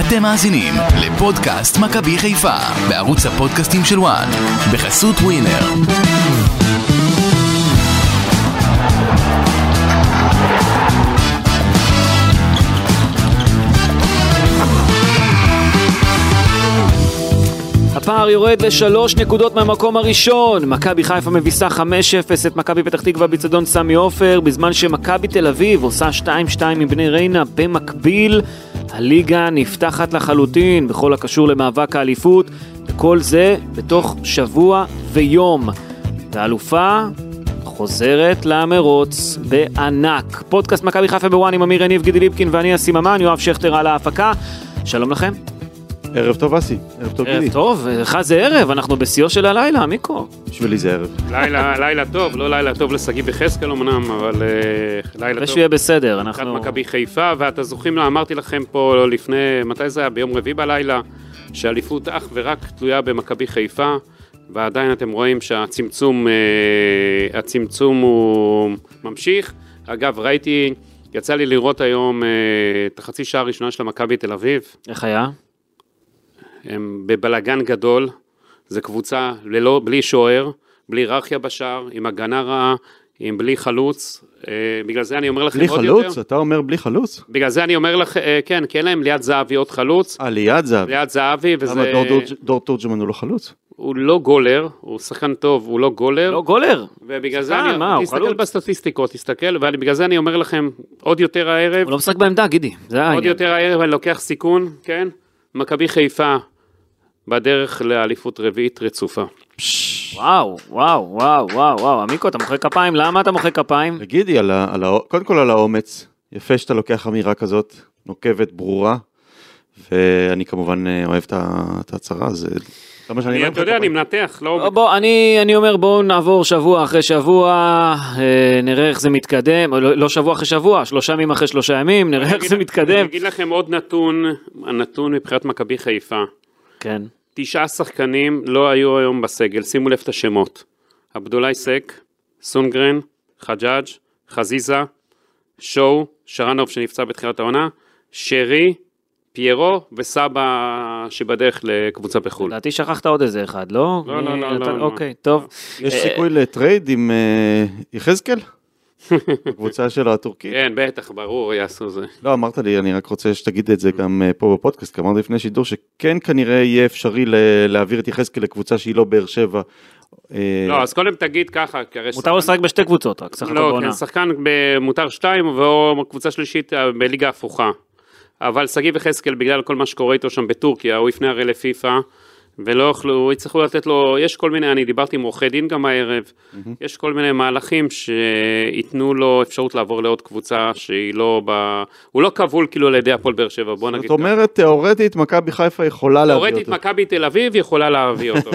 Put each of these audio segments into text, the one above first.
אתם מאזינים לפודקאסט מכבי חיפה בערוץ הפודקאסטים של וואן בחסות ווינר. הפער יורד לשלוש נקודות מהמקום הראשון. מכבי חיפה מביסה 5-0 את מכבי פתח תקווה בצדון סמי עופר, בזמן שמכבי תל אביב עושה 2-2 עם בני ריינה במקביל. הליגה נפתחת לחלוטין בכל הקשור למאבק האליפות, וכל זה בתוך שבוע ויום. והאלופה חוזרת למרוץ בענק. פודקאסט מכבי חיפה בוואן עם אמיר יניב, גידי ליפקין ואני אסי ממן, יואב שכטר על ההפקה. שלום לכם. ערב טוב אסי, ערב טוב ערב גילי. טוב, לך זה ערב, אנחנו בשיאו של הלילה, מיקו. בשבילי זה ערב. לילה, לילה טוב, לא לילה טוב לשגיא יחזקאל אמנם, אבל אה, לילה מקווה טוב. שהוא יהיה בסדר, מבחינת אנחנו... מכבי חיפה, ואתה זוכרים לה, אמרתי לכם פה לפני, מתי זה היה? ביום רביעי בלילה, שהאליפות אך ורק תלויה במכבי חיפה, ועדיין אתם רואים שהצמצום אה, הצמצום הוא ממשיך. אגב, ראיתי, יצא לי לראות היום אה, את החצי שעה הראשונה של מכבי תל אביב, איך היה? הם בבלגן גדול, זו קבוצה ללא, בלי שוער, בלי היררכיה בשער, עם הגנה רעה, עם בלי חלוץ, אה, בגלל זה אני אומר לכם בלי עוד חלוץ? יותר, אתה אומר בלי חלוץ? בגלל זה אני אומר לכם, אה, כן, כי אין להם ליד זהבי עוד חלוץ, אה, ליד זהב. ליד זהבי, למה וזה, דור תורג'- דור תורג'מן הוא לא חלוץ? הוא לא גולר, הוא שחקן טוב, הוא לא גולר, לא גולר. ובגלל זה שחקן, אני, מה, הוא תסתכל חלוץ? בסטטיסטיקות, תסתכל, ובגלל זה אני אומר לכם, עוד יותר הערב, הוא לא משחק בעמדה, גידי. זה עוד העניין. יותר הערב אני לוקח סיכון, כן, מכבי חיפה, בדרך לאליפות רביעית רצופה. וואו, וואו, וואו, וואו, וואו, עמיקו, אתה מוחא כפיים? למה אתה מוחא כפיים? תגידי, על ה- על ה- קודם כל על האומץ. יפה שאתה לוקח אמירה כזאת, נוקבת, ברורה. ואני כמובן אה, אוהב את ה- את ההצהרה, אז אה, למה שאני אני, לא אתה יודע, אני כפיים? מנתח, לא... בוא, בוא, אני, אני אומר בואו נעבור שבוע אחרי שבוע, אה, נראה איך זה מתקדם, או לא, לא שבוע אחרי שבוע, שלושה ימים אחרי שלושה ימים, נראה אני איך אגיד- זה מתקדם. אני אגיד לכם עוד נתון, הנתון מבחינת מכבי חיפה. כן. תשעה שחקנים לא היו היום בסגל, שימו לב את השמות. עבדולאי סק, סונגרן, חג'אג', חזיזה, שואו, שרנוב שנפצע בתחילת העונה, שרי, פיירו וסבא שבדרך לקבוצה בחו"ל. לדעתי שכחת עוד איזה אחד, לא? לא, לא, לא, אתה- לא, לא. אוקיי, טוב. יש אה, סיכוי לטרייד עם אה, יחזקאל? הקבוצה שלו הטורקית? כן, בטח, ברור, יעשו זה. כן. לא, אמרת לי, אני רק רוצה שתגיד את זה גם אה, פה בפודקאסט, כי אמרת לפני שידור שכן כנראה יהיה אפשרי ל- להעביר את יחזקאל לקבוצה שהיא לא באר שבע. אה, לא, אז קודם תגיד ככה, כי הרי מותר לו לשחק בשתי קבוצות רק, סך הכל לא, בעונה. כן, שחקן ב- מותר שתיים, ואו קבוצה שלישית אה, בליגה הפוכה. אבל שגיב יחזקאל, בגלל כל מה שקורה איתו שם בטורקיה, הוא יפנה הרי לפיפ"א, ולא יוכלו, יצטרכו לתת לו, יש כל מיני, אני דיברתי עם עורכי דין גם הערב, יש כל מיני מהלכים שייתנו לו אפשרות לעבור לעוד קבוצה שהיא לא ב... הוא לא כבול כאילו על ידי הפועל באר שבע, בוא נגיד. זאת אומרת, תיאורטית, מכבי חיפה יכולה ככה. להביא תאורטית אותו. מכבי תל אביב יכולה להביא אותו.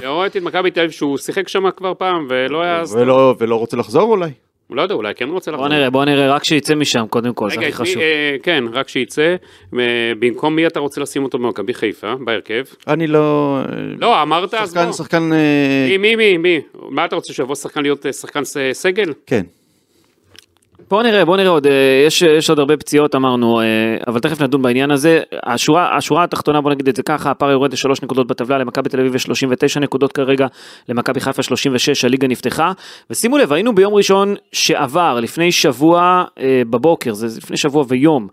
תאורטית מכבי תל אביב שהוא שיחק שם כבר פעם ולא היה... ולא, ולא רוצה לחזור אולי. לא יודע, אולי כן רוצה לחזור. בוא נראה, בוא נראה, רק שיצא משם קודם כל, זה רגע, הכי את מי, חשוב. אה, כן, רק שיצא, אה, במקום מי אתה רוצה לשים אותו במכבי חיפה, בהרכב? אני לא... לא, אמרת, אז שחקן, בוא. שחקן... אה, מי, מי, מי, מי? מה אתה רוצה, שיבוא שחקן להיות אה, שחקן ס- סגל? כן. בוא נראה, בוא נראה עוד, אה, יש, יש עוד הרבה פציעות אמרנו, אה, אבל תכף נדון בעניין הזה. השורה, השורה התחתונה, בוא נגיד את זה ככה, הפער יורד לשלוש נקודות בטבלה, למכבי תל אביב יש 39 נקודות כרגע, למכבי חיפה 36, הליגה נפתחה. ושימו לב, היינו ביום ראשון שעבר, לפני שבוע אה, בבוקר, זה לפני שבוע ויום.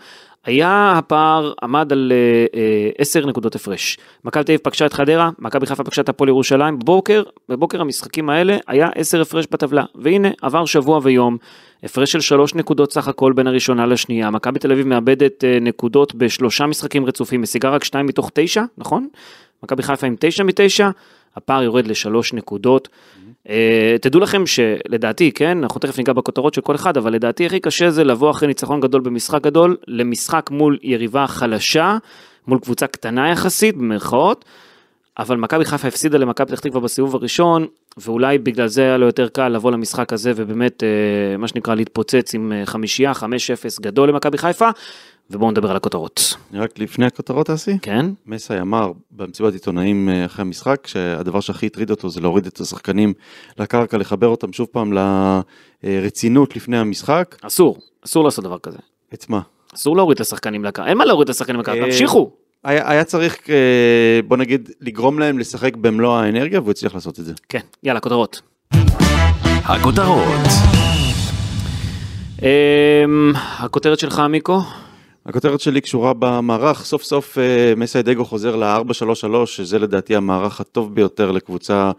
היה הפער, עמד על אה, אה, 10 נקודות הפרש. מכבי תל אביב פגשה את חדרה, מכבי חיפה פגשה את הפועל ירושלים. בבוקר, בבוקר המשחקים האלה היה 10 הפרש בטבלה. והנה, עבר שבוע ויום, הפרש של 3 נקודות סך הכל בין הראשונה לשנייה. מכבי תל אביב מאבדת אה, נקודות בשלושה משחקים רצופים, משיגה רק 2 מתוך 9, נכון? מכבי חיפה עם 9 מ-9, הפער יורד לשלוש נקודות. אה, תדעו לכם שלדעתי, כן, אנחנו תכף ניגע בכותרות של כל אחד, אבל לדעתי הכי קשה זה לבוא אחרי ניצחון גדול במשחק גדול, למשחק מול יריבה חלשה, מול קבוצה קטנה יחסית, במרכאות, אבל מכבי חיפה הפסידה למכבי פתח תקווה בסיבוב הראשון, ואולי בגלל זה היה לו יותר קל לבוא למשחק הזה ובאמת, אה, מה שנקרא, להתפוצץ עם אה, חמישייה, 5-0 גדול למכבי חיפה, ובואו נדבר על הכותרות, רק לפני הכותרות, אסי? כן? מסי אמר במסיבת עיתונאים אה, אחרי המשחק שהדבר שהכי הטריד אותו זה להוריד את השחקנים לקרקע, לחבר אותם שוב פעם לרצינות לפני המשחק. אסור, אסור לעשות דבר כזה. את מה? אסור להוריד את השחקנים לקרקע, אין מה להוריד את השחקנים לקרקע, אה, תמשיכו. היה, היה צריך, אה, בוא נגיד, לגרום להם לשחק במלוא האנרגיה, והוא הצליח לעשות את זה. כן, יאללה, כותרות. הכותרות. אמ, הכותרת שלך, מיקו? הכותרת שלי קשורה במערך, סוף סוף אה, מסיידגו חוזר ל-4-3-3, שזה לדעתי המערך הטוב ביותר לקבוצה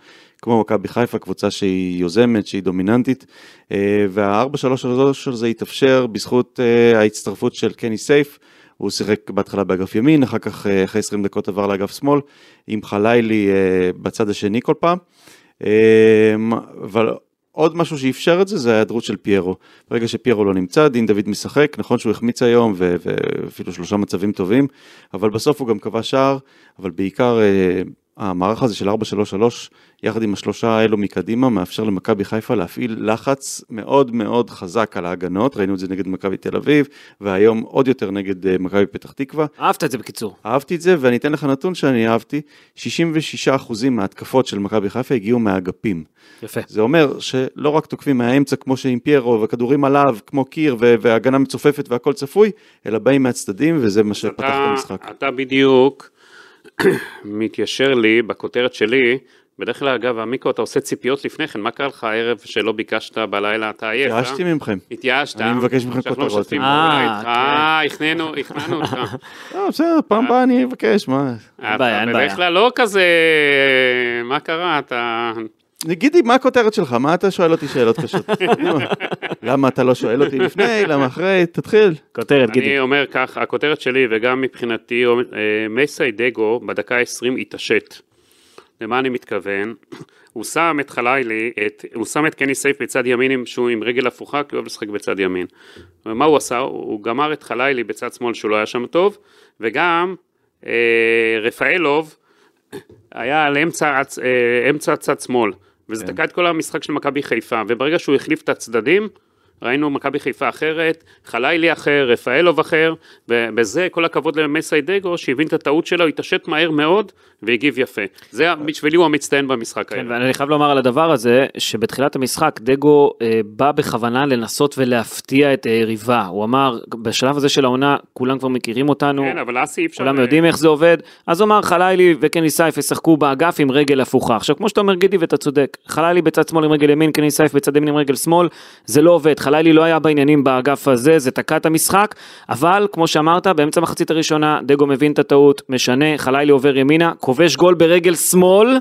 כמו מכבי חיפה, קבוצה שהיא יוזמת, שהיא דומיננטית, אה, וה-4-3-3 הזה התאפשר בזכות אה, ההצטרפות של קני סייף, הוא שיחק בהתחלה באגף ימין, אחר כך אה, אחרי 20 דקות עבר לאגף שמאל, עם חלילי אה, בצד השני כל פעם, אה, אבל עוד משהו שאפשר את זה, זה ההיעדרות של פיירו. ברגע שפיירו לא נמצא, דין דוד משחק, נכון שהוא החמיץ היום, ו- ואפילו שלושה מצבים טובים, אבל בסוף הוא גם כבש שער, אבל בעיקר אה, המערך הזה של 4-3-3, יחד עם השלושה האלו מקדימה, מאפשר למכבי חיפה להפעיל לחץ מאוד מאוד חזק על ההגנות, ראינו את זה נגד מכבי תל אביב, והיום עוד יותר נגד אה, מכבי פתח תקווה. אהבת את זה בקיצור. אהבתי את זה, ואני אתן לך נתון שאני אהבתי, 66% מההתקפות של מכבי חיפה הגיעו מהאגפים. יפה. זה אומר שלא רק תוקפים מהאמצע כמו שעם פיירו וכדורים עליו כמו קיר ו- והגנה מצופפת והכל צפוי, אלא באים מהצדדים וזה מה שפתח את אתה- המשחק. אתה בדיוק מתיישר לי בכותרת שלי. בדרך כלל, אגב, המיקרו, אתה עושה ציפיות לפני כן, מה קרה לך הערב שלא ביקשת בלילה, אתה עייף, אה? התייאשתי ממכם. התייאשת. אני מבקש ממך שאנחנו לא כותרות. משתפים אה, פעולה איתך. כן. אה, הכננו, הכנענו אותך. לא, בסדר, פעם הבאה אני אבקש, מה? אין בעיה, אין בדרך בעיה. כלל לא כזה, אה, מה קרה, אתה... גידי, מה הכותרת שלך? מה אתה שואל אותי שאלות קשות? קדימה. למה אתה לא שואל אותי לפני? למה אחרי? תתחיל. כותרת, גידי. אני אומר כך, הכותרת שלי וגם מבחינתי, אה, מייסי דגו בדקה ה-20 התעשת. למה אני מתכוון? הוא שם את חלילי, את, הוא שם את קני סייף בצד ימין עם, שהוא עם רגל הפוכה, כי הוא אוהב לשחק בצד ימין. ומה הוא עשה? הוא, הוא גמר את חלילי בצד שמאל שהוא לא היה שם טוב, וגם אה, רפאלוב היה על אמצע, הצ- אה, אמצע צד שמאל, וזה כן. תקע את כל המשחק של מכבי חיפה, וברגע שהוא החליף את הצדדים, ראינו מכבי חיפה אחרת, חלילי אחר, רפאלוב אחר, ובזה כל הכבוד למסי דגו שהבין את הטעות שלו, הוא התעשת מהר מאוד והגיב יפה. זה ה- בשבילי הוא המצטיין במשחק כן, היום. ואני חייב לומר על הדבר הזה, שבתחילת המשחק דגו אה, בא בכוונה לנסות ולהפתיע את היריבה. הוא אמר, בשלב הזה של העונה, כולם כבר מכירים אותנו, כן, אבל אסי אי אפשר... כולם יודעים איך זה עובד, אז הוא אמר חלילי וקני סייף ישחקו באגף עם רגל הפוכה. עכשיו, כמו שאתה אומר גידי, ואתה צודק, חלילי בצד שמאל עם רגל ימין, קני סייף בצד ימין עם רגל שמאל, זה לא עובד. חלילי לא היה בעניינים באגף הזה, זה תקע את המשחק, אבל כמו שאמרת, באמצע המחצית הראשונה, דגו מבין את הטעות, משנה, חלילי עובר ימינה, כובש גול ברגל שמאל.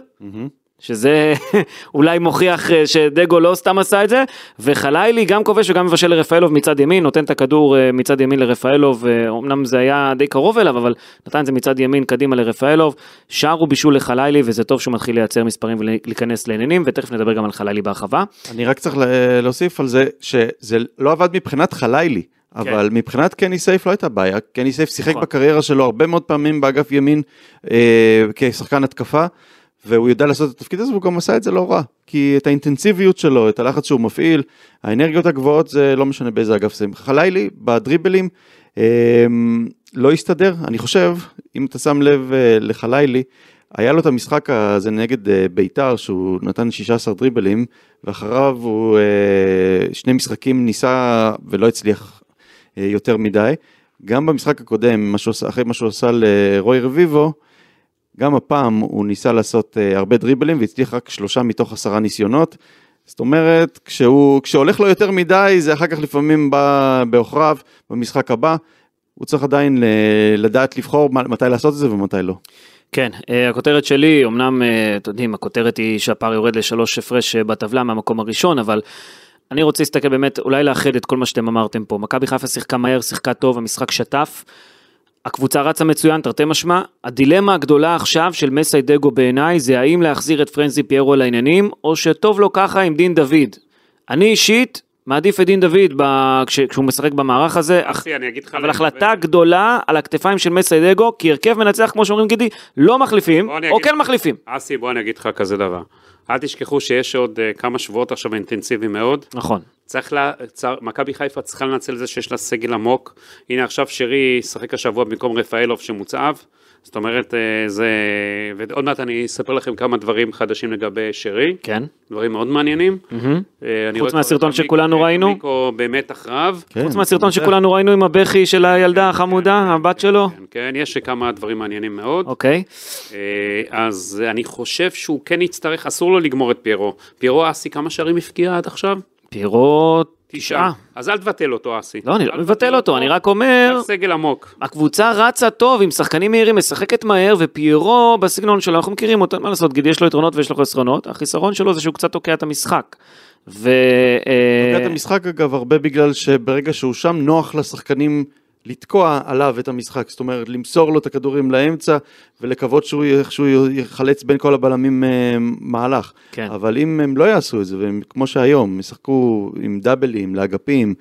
שזה אולי מוכיח אה, שדגו לא סתם עשה את זה, וחלילי גם כובש וגם מבשל לרפאלוב מצד ימין, נותן את הכדור אה, מצד ימין לרפאלוב, אה, אמנם זה היה די קרוב אליו, אבל נתן את זה מצד ימין קדימה לרפאלוב, שער הוא בישול לחלילי, וזה טוב שהוא מתחיל לייצר מספרים ולהיכנס לעניינים, ותכף נדבר גם על חלילי בהרחבה. אני רק צריך לה- להוסיף על זה, שזה לא עבד מבחינת חלילי, אבל מבחינת קני סייף לא הייתה בעיה. קני סייף שיחק נכון. בקריירה שלו הרבה מאוד פעמים באגף ימין אה, כשחקן התקפה, והוא יודע לעשות את התפקיד הזה, והוא גם עשה את זה לא רע. כי את האינטנסיביות שלו, את הלחץ שהוא מפעיל, האנרגיות הגבוהות, זה לא משנה באיזה אגף זה. חלילי, בדריבלים, אה, לא הסתדר. אני חושב, אם אתה שם לב אה, לחלילי, היה לו את המשחק הזה נגד אה, ביתר, שהוא נתן 16 דריבלים, ואחריו הוא אה, שני משחקים ניסה ולא הצליח אה, יותר מדי. גם במשחק הקודם, מה שהוא עשה- אחרי מה שהוא עשה לרוי רביבו, גם הפעם הוא ניסה לעשות אה, הרבה דריבלים והצליח רק שלושה מתוך עשרה ניסיונות. זאת אומרת, כשהוא, כשהולך לו יותר מדי, זה אחר כך לפעמים בא בעוכריו במשחק הבא. הוא צריך עדיין ל- לדעת לבחור מה- מתי לעשות את זה ומתי לא. כן, אה, הכותרת שלי, אמנם, אה, אתם יודעים, הכותרת היא שהפער יורד לשלוש הפרש אה, בטבלה מהמקום הראשון, אבל אני רוצה להסתכל באמת, אולי לאחד את כל מה שאתם אמרתם פה. מכבי חיפה שיחקה מהר, שיחקה טוב, המשחק שטף. הקבוצה רצה מצוין, תרתי משמע. הדילמה הגדולה עכשיו של מסי דגו בעיניי, זה האם להחזיר את פרנזי פיירו לעניינים, או שטוב לו ככה עם דין דוד. אני אישית מעדיף את דין דוד ב... כש... כשהוא משחק במערך הזה. אך- אסי, אני אגיד לך... אבל החלטה גדולה על הכתפיים של מסיידגו, כי הרכב מנצח, כמו שאומרים גידי, לא מחליפים, בוא אני או אגיד- כן מחליפים. אסי, בוא אני אגיד לך כזה דבר. אל תשכחו שיש עוד אה, כמה שבועות עכשיו אינטנסיביים מאוד, נכון. צריך לה, צר, מכבי חיפה צריכה לנצל את זה שיש לה סגל עמוק. הנה עכשיו שרי ישחק השבוע במקום רפאלוב שמוצאב. זאת אומרת, אה, זה... ועוד מעט אני אספר לכם כמה דברים חדשים לגבי שרי. כן. דברים מאוד מעניינים. אה, אני חוץ רואה כבר כן, מהסרטון את המיקו- שכולנו את ראינו? המיקו במתח רב. כן, חוץ מהסרטון שכולנו ראינו עם הבכי של הילדה החמודה, הבת שלו. כן, כן, יש כמה דברים מעניינים מאוד. אוקיי. אה, אז אני חושב שהוא כן יצטרך, אסור לו לגמור את פיירו. פיירו אסי, כמה שערים הבקיע עד עכשיו? פירות. תשעה. אז אל תבטל אותו אסי. לא, אני אל לא תבטל מבטל אותו, אני רק אומר, צריך סגל עמוק. הקבוצה רצה טוב עם שחקנים מהירים, משחקת מהר, ופיירו בסגנון שלו, אנחנו מכירים אותו, אין מה לעשות, גיד, יש לו יתרונות ויש לו חסרונות, החיסרון שלו זה שהוא קצת תוקע את המשחק. ו... אה, תוקע את המשחק אגב הרבה בגלל שברגע שהוא שם נוח לשחקנים לתקוע עליו את המשחק, זאת אומרת למסור לו את הכדורים לאמצע ולקוות שהוא איכשהו יחלץ בין כל הבלמים אה, מהלך. כן. אבל אם הם לא יעשו את זה, והם, כמו שהיום, ישחקו עם דאבלים לאגפים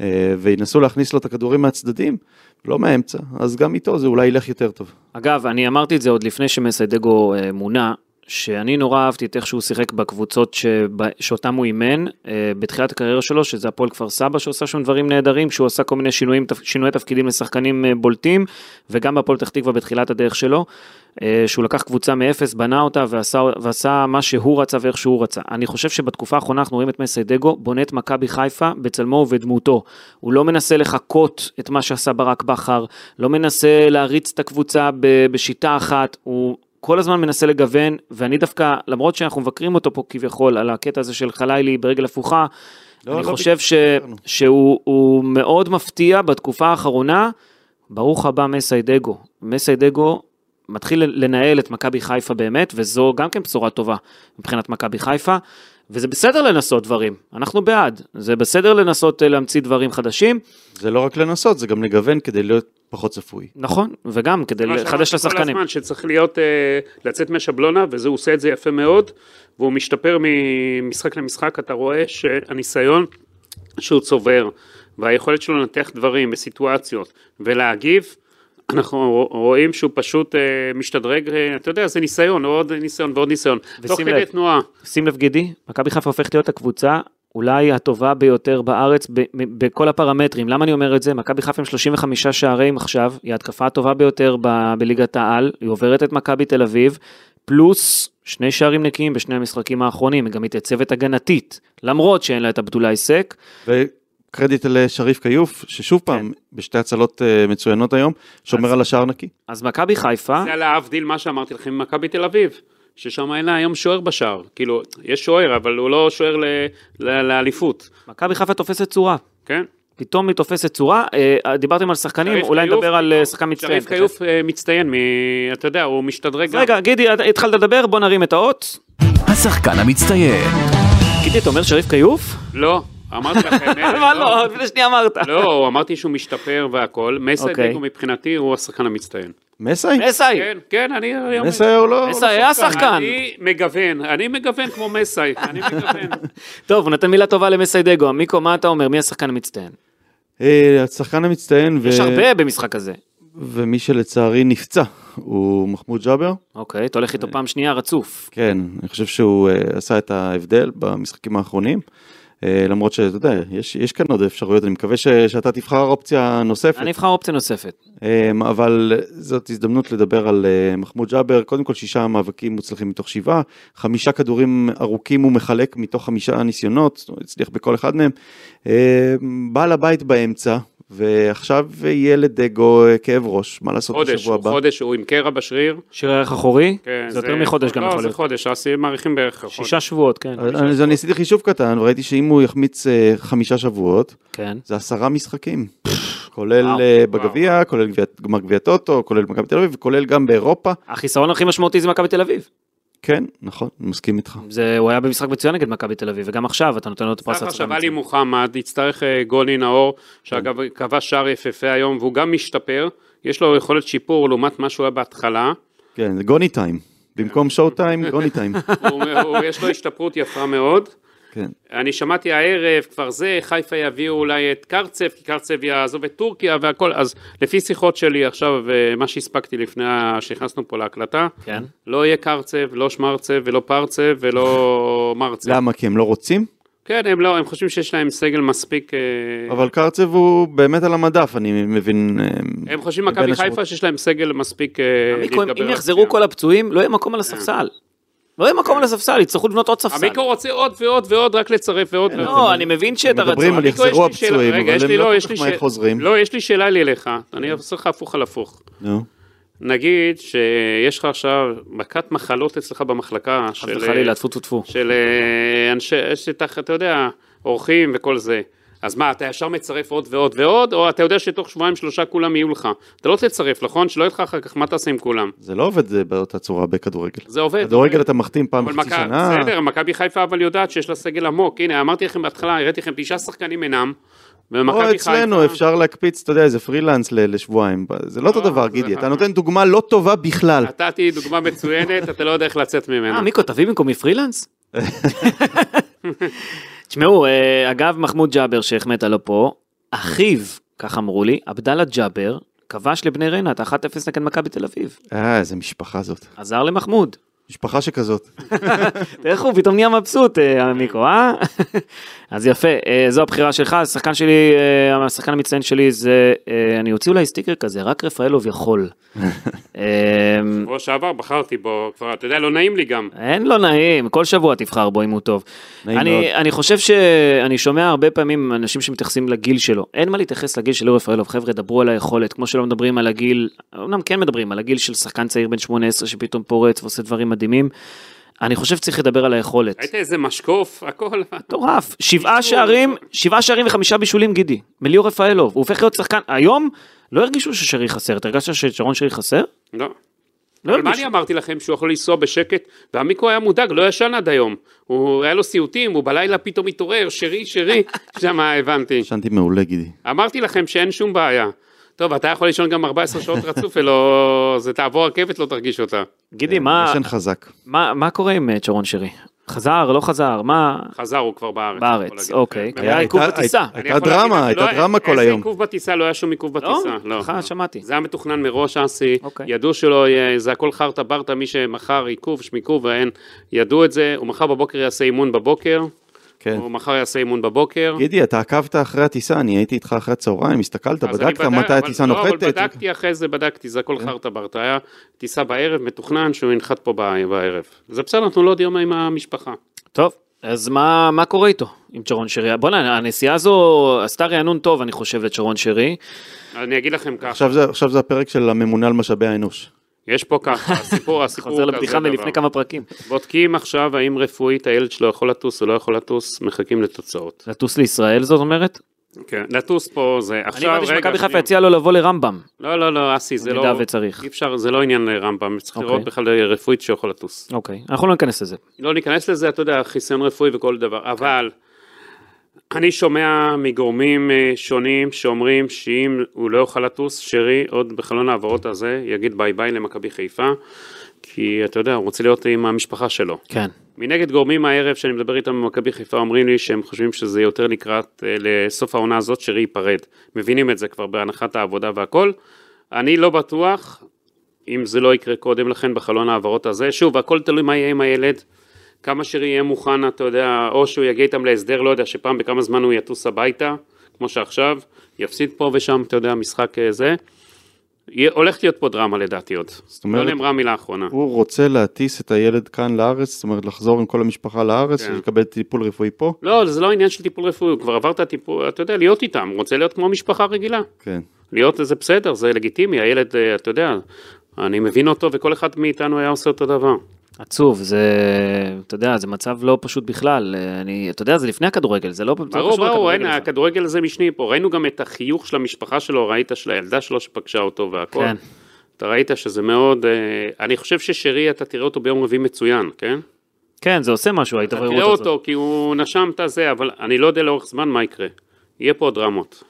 אה, וינסו להכניס לו את הכדורים מהצדדים, לא מהאמצע, אז גם איתו זה אולי ילך יותר טוב. אגב, אני אמרתי את זה עוד לפני שמסיידגו אה, מונה, שאני נורא אהבתי את איך שהוא שיחק בקבוצות שבה, שאותם הוא אימן אה, בתחילת הקריירה שלו, שזה הפועל כפר סבא שעושה שם דברים נהדרים, שהוא עשה כל מיני שינויים, תפ- שינויי תפקידים לשחקנים אה, בולטים, וגם בהפועל פתח תקווה בתחילת הדרך שלו, אה, שהוא לקח קבוצה מאפס, בנה אותה ועשה, ועשה מה שהוא רצה ואיך שהוא רצה. אני חושב שבתקופה האחרונה אנחנו רואים את מסיידגו בונה את מכבי חיפה בצלמו ובדמותו. הוא לא מנסה לחקות את מה שעשה ברק בכר, לא מנסה להריץ את הקבוצה ב- בשיטה אחת, הוא כל הזמן מנסה לגוון, ואני דווקא, למרות שאנחנו מבקרים אותו פה כביכול על הקטע הזה של חלילי ברגל הפוכה, לא, אני לא חושב ש... ביקרנו. שהוא הוא מאוד מפתיע בתקופה האחרונה. ברוך הבא מסיידגו. מסיידגו מתחיל לנהל את מכבי חיפה באמת, וזו גם כן בשורה טובה מבחינת מכבי חיפה. וזה בסדר לנסות דברים, אנחנו בעד. זה בסדר לנסות אה, להמציא דברים חדשים, זה לא רק לנסות, זה גם לגוון כדי להיות פחות צפוי. נכון, וגם כדי מה לחדש שאמרתי לשחקנים. כל הזמן, שצריך להיות, אה, לצאת מהשבלונה, וזה, הוא עושה את זה יפה מאוד, והוא משתפר ממשחק למשחק, אתה רואה שהניסיון שהוא צובר, והיכולת שלו לנתח דברים בסיטואציות, ולהגיב, אנחנו רואים שהוא פשוט אה, משתדרג, אה, אתה יודע, זה ניסיון, עוד ניסיון ועוד ניסיון. תוך ושים לב. כדי תנועה. שים לב גידי, מכבי חיפה הופכת להיות הקבוצה אולי הטובה ביותר בארץ ב- מ- בכל הפרמטרים. למה אני אומר את זה? מכבי חיפה עם 35 שערים עכשיו, היא ההתקפה הטובה ביותר ב- בליגת העל, היא עוברת את מכבי תל אביב, פלוס שני שערים נקיים בשני המשחקים האחרונים, היא גם מתייצבת הגנתית, למרות שאין לה את הבדולאי סק. וקרדיט לשריף כיוף, ששוב פעם, בשתי הצלות אה, מצוינות היום, שומר על השער נקי. כן. אז מכבי חיפה, זה להבדיל מה שאמרתי לכם ממכבי תל אביב, ששם אין לה היום שוער בשער. כאילו, יש שוער, אבל הוא לא שוער ל- ל- לאליפות, מכבי חיפה תופסת צורה. כן? פתאום היא תופסת צורה, אה, דיברתם על שחקנים, שריף אולי כיוף, נדבר על אה, שחקן מצטיין. שריף כיוף אה, מצטיין, מ- אתה יודע, הוא משתדרג. אז רגע, גידי, אתה- התחלת לדבר, בוא נרים את האות. השחקן המצטיין. גידי, אתה אומר שריף כיוף? לא, אמרתי לכם. אה, מה לא? עוד לפני שנייה אמרת. לא, אמרתי שהוא משתפר והכל. מסי אוקיי. דגו מבחינתי הוא השחקן המצטיין. מסי? מסאי, כן, כן, אני... אני אומר- מסי הוא לא... מסאי היה שחקן. אני מגוון, אני מגוון כמו מסי, אני מגוון. טוב, הוא נתן מילה טובה למסאי דגו. מיקו, מה אתה אומר? מי השחקן המצטיין? אה, אה, השחקן המצטיין, ו... יש הרבה במשחק הזה. ומי שלצערי נפצע, הוא מחמוד ג'אבר. אוקיי, אתה אה. הולך איתו פעם שנייה רצוף. כן, אני חושב שהוא אה, עשה את ההבדל במשחקים האחרונים. אה, למרות שאתה יודע, יש, יש כאן עוד אפשרויות, אני מקווה ש, שאתה תבחר אופציה נוספת. אני אבחר אופציה נוספת. אמ, אבל זאת הזדמנות לדבר על אה, מחמוד ג'אבר, קודם כל שישה מאבקים מוצלחים מתוך שבעה, חמישה כדורים ארוכים הוא מחלק מתוך חמישה ניסיונות, זאת אומרת, הצליח בכל אחד מהם. אמ, בעל הבית באמצע, ועכשיו יהיה לדגו אה, כאב ראש, מה לעשות חודש, בשבוע הוא הבא? חודש, הוא עם קרע בשריר. שיר ערך אחורי? כן, זה יותר מחודש גם יכול לא, זה להיות. חודש, אסי, מעריכים בערך חודש. שישה שבועות, כן. אה, אז אני עשיתי חישוב קטן, וראיתי שאם הוא יחמיץ אה, חמישה שבועות, כן. זה עשרה משחקים, כולל וואו, אה, בגביע, כולל גביע- גמר גביע טוטו, כולל מכבי תל אביב, וכולל גם באירופה. החיסרון הכי משמעותי זה מכבי תל אביב. כן, נכון, מסכים איתך. זה, הוא היה במשחק מצוין נגד מכבי תל אביב, וגם עכשיו אתה נותן לו את הפרס כן. סך השחקן עכשיו עלי המצטיין. מוחמד יצטרך אה, גוני נאור, שאגב כבש שער יפהפה היום, והוא גם משתפר, יש לו יכולת שיפור לעומת מה שהוא היה בהתחלה, כן, זה גוני טיים. במקום כן. שואו טיים, גוני טיים. הוא- הוא- יש לו השתפרות יפה מאוד. כן. אני שמעתי הערב, כבר זה, חיפה יביאו אולי את קרצב, כי קרצב יעזוב את טורקיה והכל, אז לפי שיחות שלי עכשיו, אה, מה שהספקתי לפני ה- שנכנסנו פה להקלטה, כן. לא יהיה קרצב, לא שמרצב, ולא פרצב, ולא מרצב. למה? כי הם לא רוצים? כן, הם לא, הם חושבים שיש להם סגל מספיק... אה, אבל קרצב הוא באמת על המדף, אני מבין. אה, הם חושבים מבין מכבי השורות. חיפה שיש להם סגל מספיק אה, המיקרו, להתגבר אם על יחזרו הפציעה. כל הפצועים, לא יהיה מקום על הספסל. לא יהיה מקום על הספסל, יצטרכו לבנות עוד ספסל. כן. המיקרו רוצה עוד ועוד ועוד, רק לצרף ועוד. ועוד. לא, אני מבין שאת הרצון. מדברים על אני טועה, יש יחזרו לי שאלה- הפצועים, רגע, אבל יש הם לי- לא לא, כל יש כך לי מהר ש- חוזרים. כן. לא, יש לי שאלה לי אליך, אני עושה לך הפוך על הפוך. נו. נגיד שיש לך עכשיו מכת מחלות אצלך במחלקה חס של... וחלילה, טפו טפו טפו. של אה, אנשי, יש לי תח- אתה יודע, אורחים וכל זה. אז מה, אתה ישר מצרף עוד ועוד ועוד, או אתה יודע שתוך שבועיים שלושה כולם יהיו לך. אתה לא תצרף, נכון? שלא יהיה לך אחר כך, מה תעשה עם כולם? זה לא עובד אה, באותה צורה בכדורגל. זה עובד. כדורגל אתה מחתים פעם אבל בחצי מכבי- שנה. בסדר, מכבי חיפה אבל יודעת שיש לה סגל עמוק. הנה, אמרתי לכם בהתחלה, הראיתי לכם תשעה שחקנים אינם, או ומכבי חיפה... אצלנו אפשר להקפיץ, אתה יודע, איזה פרילנס ל- לשבועיים. זה לא אותו לא, דבר, זה- גידי, אתה נותן דוגמה לא טובה בכלל. נתתי דוגמה מצוינת, אתה לא יודע איך לצאת ממנה. אה, מיקו, תביא במקומי פרילנס? תשמעו, אה, אגב, מחמוד ג'אבר שהחמאת לו פה, אחיו, כך אמרו לי, עבדאללה ג'אבר, כבש לבני ריינה את 1-0 נגד מכבי תל אביב. אה, איזה משפחה זאת. עזר למחמוד. משפחה שכזאת. תראה איך הוא פתאום נהיה מבסוט, אה, המיקרו, אה? אז יפה, אה, זו הבחירה שלך, השחקן שלי, אה, השחקן המצטיין שלי זה, אה, אני אוציא אולי סטיקר כזה, רק רפאלוב יכול. אה, בשבוע שעבר בחרתי בו כבר, אתה יודע, לא נעים לי גם. אין לו נעים, כל שבוע תבחר בו אם הוא טוב. נעים מאוד. אני, אני חושב שאני שומע הרבה פעמים אנשים שמתייחסים לגיל שלו. אין מה להתייחס לגיל של אורי רפאלוב, חבר'ה, דברו על היכולת, כמו שלא מדברים על הגיל, אמנם כן מדברים על הגיל של שחקן צעיר בן 18 שפתאום פורץ ועושה דברים מדהימים. אני חושב שצריך לדבר על היכולת. ראית איזה משקוף, הכל. מטורף, שבעה בישול. שערים, שבעה שערים וחמישה בישולים גידי, מליאור רפאלוב, הוא הופך להיות שחקן, היום לא הרגישו ששרי חסר, אתה הרגשת ששרון שרי חסר? לא. לא אבל מה הרגישו. אני אמרתי לכם שהוא יכול לנסוע בשקט? והמיקרו היה מודאג, לא ישן עד היום. הוא, היה לו סיוטים, הוא בלילה פתאום התעורר, שרי, שרי, שם הבנתי. ישנתי מעולה, גידי. אמרתי לכם שאין שום בעיה. טוב, אתה יכול לישון גם 14 שעות רצוף, ולא... זה תעבור רכבת, לא תרגיש אותה. גידי, כן, מה, אה, ישן חזק. מה, מה קורה עם אה, צ'רון שרי? חזר, לא חזר, מה... חזר הוא כבר בארץ. אני יכול בארץ, להגיד אוקיי. לכם. היה עיכוב הייתה- בטיסה. הייתה אני יכול להגיד דרמה, לכם, הייתה לא היה- דרמה כל איזה היום. עיכוב בטיסה? לא היה שום עיכוב לא? בטיסה. לא. סליחה, שמעתי. זה היה מתוכנן מראש, אסי. אוקיי. ידעו שלא יהיה, זה הכל חרטה ברטה, מי שמכר עיכוב, שמיקוב, ואין. ידעו את זה, הוא מחר בבוקר יעשה אימון בבוקר. כן. הוא מחר יעשה אימון בבוקר. גידי, אתה עקבת אחרי הטיסה, אני הייתי איתך אחרי הצהריים, הסתכלת, אז אני בדקת בדק- מתי אבל- הטיסה לא, אבל נוחתת. כן. בדקתי אחרי זה, בדקתי, זה הכל חרטה ברטה. היה טיסה בערב, מתוכנן שהוא ינחת פה בע- בערב. זה בסדר, אנחנו לא עוד יום עם המשפחה. טוב, אז מה, מה קורה איתו עם צ'רון שרי? בוא'נה, הנסיעה הזו עשתה רענון טוב, אני חושב, לצ'רון שרי. אני אגיד לכם ככה, עכשיו זה- עכשיו זה הפרק של הממונה על משאבי האנוש. יש פה ככה, הסיפור, הסיפור חוזר כזה לבדיחה דבר. מלפני כמה פרקים. בודקים עכשיו האם רפואית הילד שלו יכול לטוס או לא יכול לטוס, מחכים לתוצאות. לטוס לישראל, זאת אומרת? כן, לטוס פה זה אני עכשיו, רגע, הבנתי שמכבי חיפה שנייה. הציעה לו לבוא לרמב"ם. לא, לא, לא, אסי, זה לא, במידה וצריך. אי אפשר, זה לא עניין לרמב"ם, צריך אוקיי. לראות בכלל רפואית שיכול לטוס. אוקיי, אנחנו לא ניכנס לזה. לא ניכנס לזה, אתה יודע, חיסיון רפואי וכל אוקיי. דבר, אבל אני שומע מגורמים אה, שונים שאומרים שאם הוא לא יוכל לטוס, שרי עוד בחלון ההעברות הזה יגיד ביי ביי למכבי חיפה, כי אתה יודע, הוא רוצה להיות עם המשפחה שלו. כן. מנגד גורמים הערב שאני מדבר איתם במכבי חיפה אומרים לי שהם חושבים שזה יותר לקראת אה, לסוף העונה הזאת שרי ייפרד. מבינים את זה כבר בהנחת העבודה והכל. אני לא בטוח אם זה לא יקרה קודם לכן בחלון ההעברות הזה. שוב, הכל תלוי מה יהיה עם הילד. כמה שרי יהיה מוכן, אתה יודע, או שהוא יגיע איתם להסדר, לא יודע, שפעם בכמה זמן הוא יטוס הביתה, כמו שעכשיו, יפסיד פה ושם, אתה יודע, משחק אה, זה. יהיה- הולכת להיות פה דרמה לדעתי עוד. אומרת- זאת אומרת... לא נאמרה מילה אחרונה. הוא רוצה להטיס את הילד כאן לארץ, זאת אומרת לחזור עם כל המשפחה לארץ, כן. לקבל טיפול רפואי פה. לא, זה לא עניין של טיפול רפואי, הוא כבר עבר את הטיפול, אתה יודע, להיות איתם, הוא רוצה להיות כמו משפחה רגילה. כן. להיות זה בסדר, זה לגיטימי, הילד, אה, אתה יודע, אני מבין אותו וכל אחד מאיתנו היה עושה אותו דבר. עצוב, זה, אתה יודע, זה מצב לא פשוט בכלל. אה, אני, אתה יודע, זה לפני הכדורגל, זה לא... זה לא ברור, קשור ברור, לכדורגל אין, בכלל. הכדורגל הזה משני פה, ראינו גם את החיוך של המשפחה שלו, ראית של הילדה שלו שפגשה אותו והכל. כן. אתה ראית שזה מאוד, אה, אני חושב ששרי, אתה תראה אותו ביום רביעי מצוין, כן? כן, זה עושה משהו, אתה ההתעוררות תראה הזאת. אותו, כי הוא נשם את הזה, אבל אני לא יודע לאורך זמן מה יקרה. יהיה פה דרמות.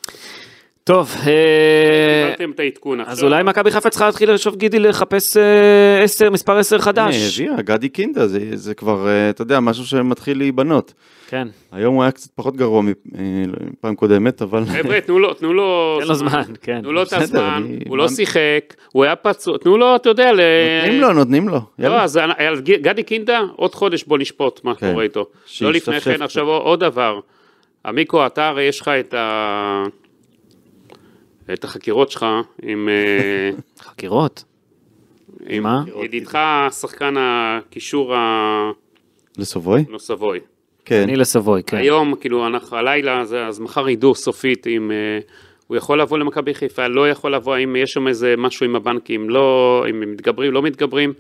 טוב, אה, קיבלתם את העדכון עכשיו. אז אולי מכבי חיפה צריכה להתחיל לשאוף גידי לחפש אה, עשר, מספר עשר אה, הנה, חדש. הביאה, גדי קינדה, זה, זה כבר, אה, אתה יודע, משהו שמתחיל להיבנות. כן, היום הוא היה קצת פחות גרוע אה, מפעם קודמת, אבל... חבר'ה, תנו לו, תנו לו... תן לו זמן, כן. תנו לו לא את בסדר, הזמן, אני- הוא לא מה- שיחק, הוא היה פצוע, תנו לו, אתה יודע, ל... נותנים לו, נותנים לו. לא, יאללה. אז על ג- גדי קינדה, עוד חודש בוא נשפוט מה כן. קורה איתו. לא שישתפשף לפני קצת. כן, עכשיו עוד דבר. עמיקו, אתה הרי יש לך את ה... את החקירות שלך עם, אה, חקירות. עם מה? ידידך, שחקן הקישור הנוסבוי. לסובוי? כן. אני לסבוי, כן. היום, כאילו, אנחנו הלילה, זה- אז מחר ידעו סופית אם אה, הוא יכול לבוא למכבי חיפה, לא יכול לבוא, האם יש שם איזה משהו עם הבנקים, לא, אם הם מתגברים, לא מתגברים.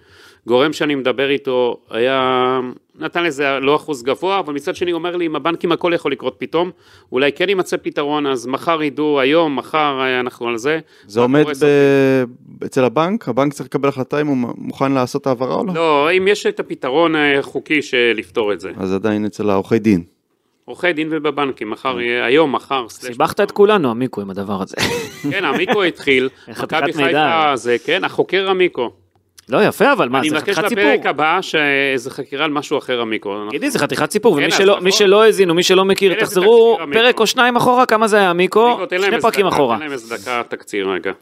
גורם שאני מדבר איתו היה, נתן לזה לא אחוז גבוה, אבל מצד שני הוא אומר לי, עם הבנקים הכל יכול לקרות פתאום, אולי כן יימצא פתרון, אז מחר ידעו, היום, מחר אה, אנחנו על זה. זה מה עומד קורה סופית? ב- אצל הבנק, הבנק צריך לקבל החלטה אם הוא מוכן לעשות את ההעברה או לא. לא, אם יש את הפתרון אה, חוקי של לפתור את זה. אז עדיין אצל העורכי דין. עורכי דין ובבנקים, מחר יהיה, היום, מחר, סלש סיבכת את כולנו, עמיקו, עם הדבר הזה. כן, המיקרו התחיל, חתיכת מכבי מידע. חיפה זה, כן, החוקר המיקרו. לא, יפה, אבל מה, אני זה מבקש חתיכת סיפור. אה, לפרק הבא שזה חקירה על משהו אחר המיקרו. גידי, זה חתיכת סיפור, ומי אז שלא- נכון. מי שלא האזין ומי שלא מכיר, אין לזה תחזרו תקציר עמיקו. פרק או שניים אחורה, כמה זה היה עמיקו, מיקרו, תן להם שני איזה פרקים דקה, אחורה. תן להם איזה דקה תקציר רגע.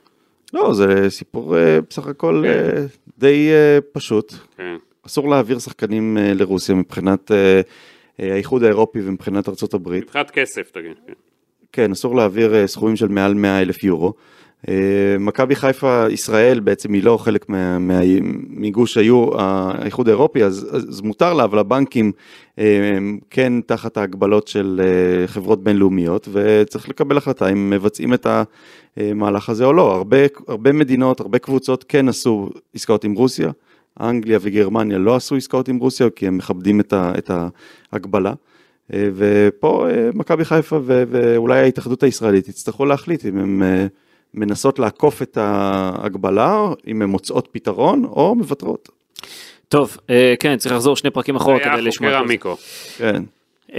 לא, זה סיפור אה, בסך הכל אה, די אה, פשוט. כן. אסור להעביר שחקנים אה, לרוסיה מבחינת אה, אה, האיחוד האירופי ומבחינת ארצות הברית. מבחינת כסף, תגיד. כן. כן, אסור להעביר אה, סכומים של מעל 100 אלף יורו. אה, מכבי חיפה, ישראל בעצם היא לא חלק מה, מה, מגוש היור, האיחוד האירופי, אז, אז אז מותר לה, אבל הבנקים אה, הם כן תחת ההגבלות של אה, חברות בינלאומיות, וצריך לקבל החלטה אם מבצעים את המהלך הזה או לא. הרבה, הרבה מדינות, הרבה קבוצות כן עשו עסקאות עם רוסיה. אנגליה וגרמניה לא עשו עסקאות עם רוסיה כי הם מכבדים את, ה, את ההגבלה. אה, ופה אה, מכבי חיפה ו- ואולי ההתאחדות הישראלית יצטרכו להחליט אם הן אה, מנסות לעקוף את ההגבלה, אם הן מוצאות פתרון או מוותרות. טוב, אה, כן, צריך לחזור שני פרקים אחורה היה כדי לשמוע. החוקר את כל זה. המיקרו. כן, אה, אמ,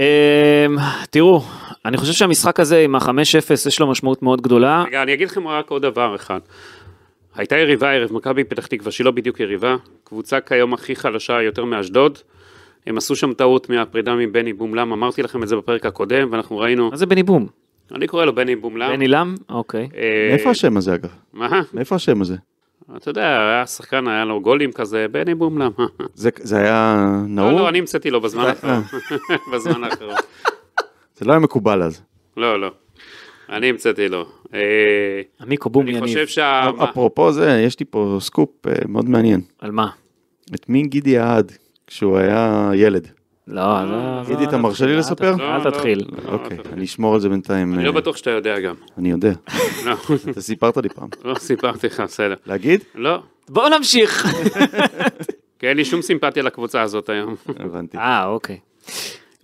תראו, אני חושב שהמשחק הזה עם ה-5-0 יש לו משמעות מאוד גדולה. רגע, אני אגיד לכם רק עוד דבר אחד. הייתה יריבה ערב, מכבי פתח תקווה, שהיא לא בדיוק יריבה, קבוצה כיום הכי חלשה יותר מאשדוד. הם עשו שם טעות מהפרידה מבני בומלם, אמרתי לכם את זה בפרק הקודם, ואנחנו ראינו, מה זה בני בום? אני קורא לו בני בומלם. בני לם? אוקיי. אה, מאיפה השם הזה אגב? מה? מאיפה השם הזה? אתה יודע, היה שחקן, היה לו גולים כזה, בני בומלם. זה, זה היה לא, נהוג? לא, אני המצאתי לו בזמן האחרון. בזמן האחרון. זה לא היה מקובל אז. לא, לא. אני המצאתי לו. אה, עמיקו בום אני יניב. חושב שה... אפרופו זה, יש לי פה סקופ אה, מאוד מעניין. על מה? את מי גידי אהד כשהוא היה ילד? אה, לא, לא. גידי, לא, אתה לא, מרשה לי אל לספר? תתחיל, לא, אל לא. תתחיל. לא, אוקיי, אתה- אני אשמור על זה בינתיים. אני לא אה, בטוח שאתה יודע גם. אני יודע, לא, אתה סיפרת לי פעם. לא סיפרתי לך, בסדר. להגיד? לא, בואו נמשיך. כי אין לי שום סימפתיה לקבוצה הזאת היום. הבנתי. אה, אוקיי.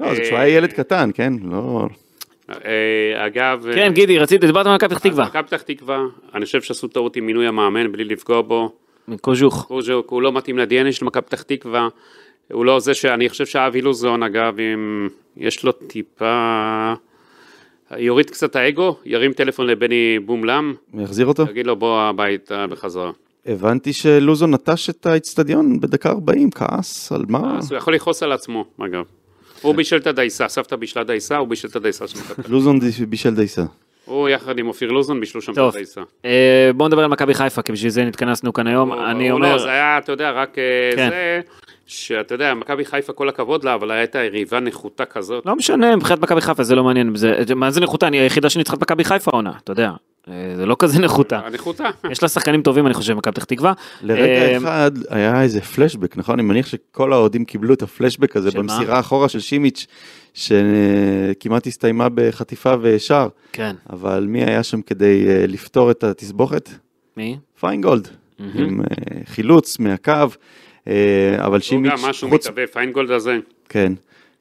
לא, זה כשהוא היה ילד קטן, כן? לא... אה, אגב... אה, כן, גידי, רצית, דיברת על מכבי פתח אז תקווה. מכבי פתח תקווה, אני חושב שעשו טעות עם מינוי המאמן בלי לפגוע בו. מקוז'וך. קוז'וק, הוא לא מתאים ל-DNA של מכבי פתח תקווה. הוא לא זה שאני חושב שאבי לוזון, אגב, אם יש לו טיפה... יוריד קצת האגו, ירים טלפון לבני בומלם, מי יחזיר אותו? יגיד לו בוא הביתה בחזרה. הבנתי שלוזון נטש את האיצטדיון בדקה 40, כעס על מה? אז הוא יכול לכעוס על עצמו, אגב. הוא בישל את הדייסה, סבתא בישלה דייסה, הוא בישל את הדייסה של מכבי. לוזון די- בישל דייסה. הוא יחד עם אופיר לוזון בישלו שם את טוב. הדייסה. אה, בואו נדבר על מכבי חיפה, כי בשביל זה נתכנסנו כאן היום. הוא- אני הוא אומר... לא, זה היה, אתה יודע, רק אה, כן. זה, שאתה יודע, מכבי חיפה, כל הכבוד לה, אבל הייתה יריבה נחותה כזאת. לא משנה, מבחינת מכבי חיפה זה לא מעניין, זה, זה- מה זה נחותה, אני היחידה שניצחה את מכבי חיפה העונה, אתה יודע, אה, זה לא כזה נחותה. נחותה. יש לה שחקנים טובים אני חושב מכבי פתח תקווה. לרגע אה, אמ, אחד היה איזה פלשבק, נכון? אני מניח שכל האוהדים קיבלו את הפלשבק הזה של מה? במסירה האחורה של שימיץ', שכמעט הסתיימה בחטיפה ושער, כן, אבל מי היה שם כדי אה, לפתור את התסבוכת? מי? פיינגולד, עם אה, חילוץ מהקו, אה, אבל הוא שימיץ', גם משהו חוץ מתהווה, פיינגולד הזה. כן.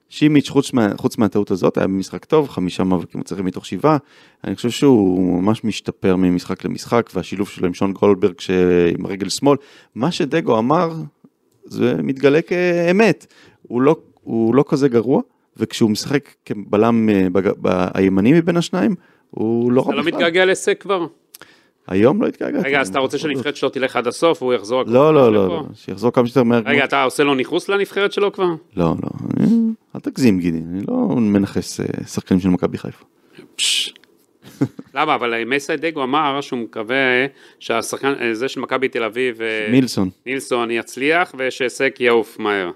שימיץ', חוץ, מה, חוץ מהטעות הזאת, היה במשחק טוב, חמישה מאבקים מוצלחים מתוך שבעה. אני חושב שהוא ממש משתפר ממשחק למשחק, והשילוב שלו עם שון גולדברג ש... עם רגל שמאל, מה שדגו אמר, זה מתגלה כאמת. הוא לא, הוא לא כזה גרוע, וכשהוא משחק כבלם אה, בג... ב... הימני מבין השניים, הוא לא רע אתה לא בכלל. מתגעגע להישג כבר? היום לא התגעגעתי. רגע, אז אתה רוצה שהנבחרת שלו תלך עד הסוף והוא יחזור? לא, לא, לא, לפה? לא, שיחזור כמה שיותר מהר. רגע, אתה עושה לו ניכוס לנבחרת שלו כבר? לא, לא, אני- אל תגזים גידי, אני לא מנכס אה, שחקנים של מכבי חיפה. פש. למה? אבל מסיידגו אמר שהוא מקווה שהשחקן, אה, זה של מכבי תל אביב, אה, מילסון, נילסון יצליח ושהישג יעוף מהר.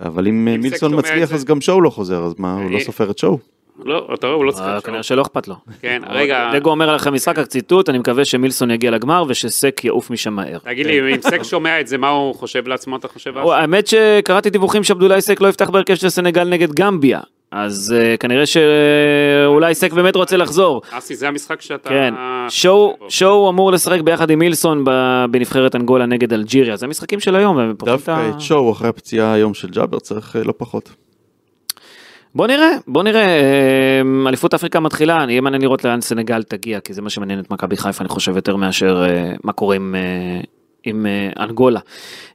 אבל אם אה, אם מילסון סק שומע את מצליח זה- אז גם שואו לא חוזר, אז מה, הוא לא אה, סופר את שואו? לא, אתה רואה, הוא לא צריך אה, לחשוב. כנראה שלא אכפת לו. כן, רגע, דגו אומר אחרי משחק, רק ציטוט, אני מקווה שמילסון יגיע לגמר ושסק יעוף משם מהר. תגיד לי, אם סק שומע את זה, מה הוא חושב לעצמו, אתה חושב? אה, אז? או, האמת שקראתי דיווחים שעבדולאי סק לא יפתח בהרכב של סנגל נגד גמביה, אז אה, כנראה שאולי סק באמת רוצה לחזור. אסי, זה המשחק שאתה... כן, שואו- שואו אמור לשחק ביחד עם מילסון ב- בנבחרת אנגולה נגד אלג'יריה, זה המשחקים של היום. הם פותחים את דווקא ה- את שואו אחרי הפציעה היום של ג'אבר צריך אה, לא פחות. בוא נראה, בוא נראה, אמ, אליפות אפריקה מתחילה, יהיה מעניין לראות לאן סנגל תגיע, כי זה מה שמעניין את מכבי חיפה, אני חושב, יותר מאשר אה, מה קורה עם... אה, עם אה, אנגולה.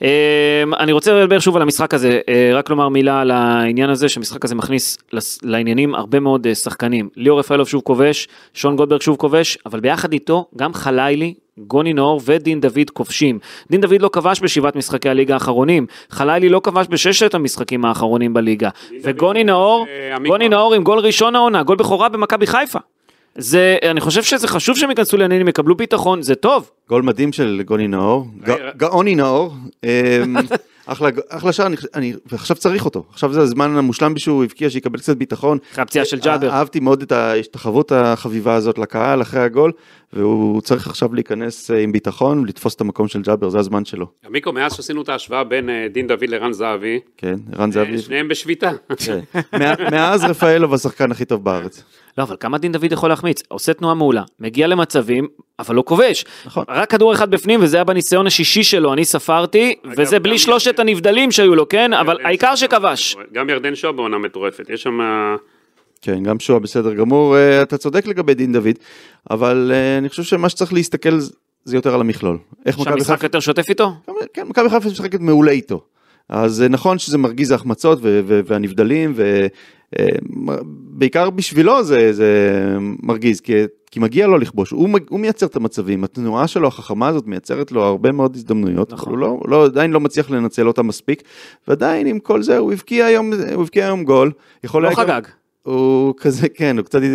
אמ, אני רוצה לדבר שוב על המשחק הזה, אה, רק לומר מילה על העניין הזה, שהמשחק הזה מכניס לס- לעניינים הרבה מאוד אה, שחקנים. ליאור רפאלוב שוב כובש, שון גולדברג שוב כובש, אבל ביחד איתו גם חלילי, גוני נאור ודין דוד כובשים. דין דוד לא כבש בשבעת משחקי הליגה האחרונים, חלילי לא כבש בששת המשחקים האחרונים בליגה, וגוני נאור, אה, עמיקו. גוני נאור עם גול ראשון העונה, גול בכורה במכבי חיפה. זה, אני חושב שזה חשוב שהם ייכנסו לעניינים, יקבלו ביטחון, זה טוב. גול מדהים של גוני נאור, רגע. ג- גאוני נאור, אמ, אחלה אחלה שער, אני חושב- אני- ועכשיו צריך אותו, עכשיו זה הזמן המושלם שהוא הבקיע שיקבל קצת ביטחון. אחרי הפציעה של ג'אבר. אה- אהבתי מאוד את ההשתחוות החביבה הזאת לקהל אחרי הגול, והוא צריך עכשיו להיכנס אה, עם ביטחון, לתפוס את המקום של ג'אבר, זה הזמן שלו, מיקו, מאז שעשינו את ההשוואה בין אה, דין דוד לרן זהבי, כן, ערן זהבי. אה, שניהם בשביתה. כן. מא- מאז רפאלוב השחקן הכי טוב בארץ. לא, אבל כמה דין דוד יכול להחמיץ? עושה תנועה מעולה, מגיע למצבים, אבל לא כובש. נכון. רק כדור אחד בפנים, וזה היה בניסיון השישי שלו, אני ספרתי, וזה גם- בלי שלושת הנבדלים שהיו לו, כן? אבל העיקר שכבש. גם ירדן שואה בעונה מטורפת, יש שם... אה, כן, גם שועה בסדר גמור, אה, אתה צודק לגבי דין דוד, אבל אה, אני חושב שמה שצריך להסתכל זה- זה יותר על המכלול. איך מכבי חיפה שהמשחק יותר שוטף איתו? כן, מכבי חיפה משחקת מעולה איתו. אז אה, נכון שזה מרגיז ההחמצות ו- ו- והנבדלים, ובעיקר בשבילו זה, זה מרגיז, כי, כי מגיע לו לכבוש, הוא, מג- הוא מייצר את המצבים, התנועה שלו, החכמה הזאת, מייצרת לו הרבה מאוד הזדמנויות, נכון. נכון. הוא לא, לא, עדיין לא מצליח לנצל אותה מספיק, ועדיין עם כל זה הוא הבקיע היום, הוא הבקיע היום גול, יכול לא היה גם- חגג. הוא כזה, כן, הוא קצת... אה,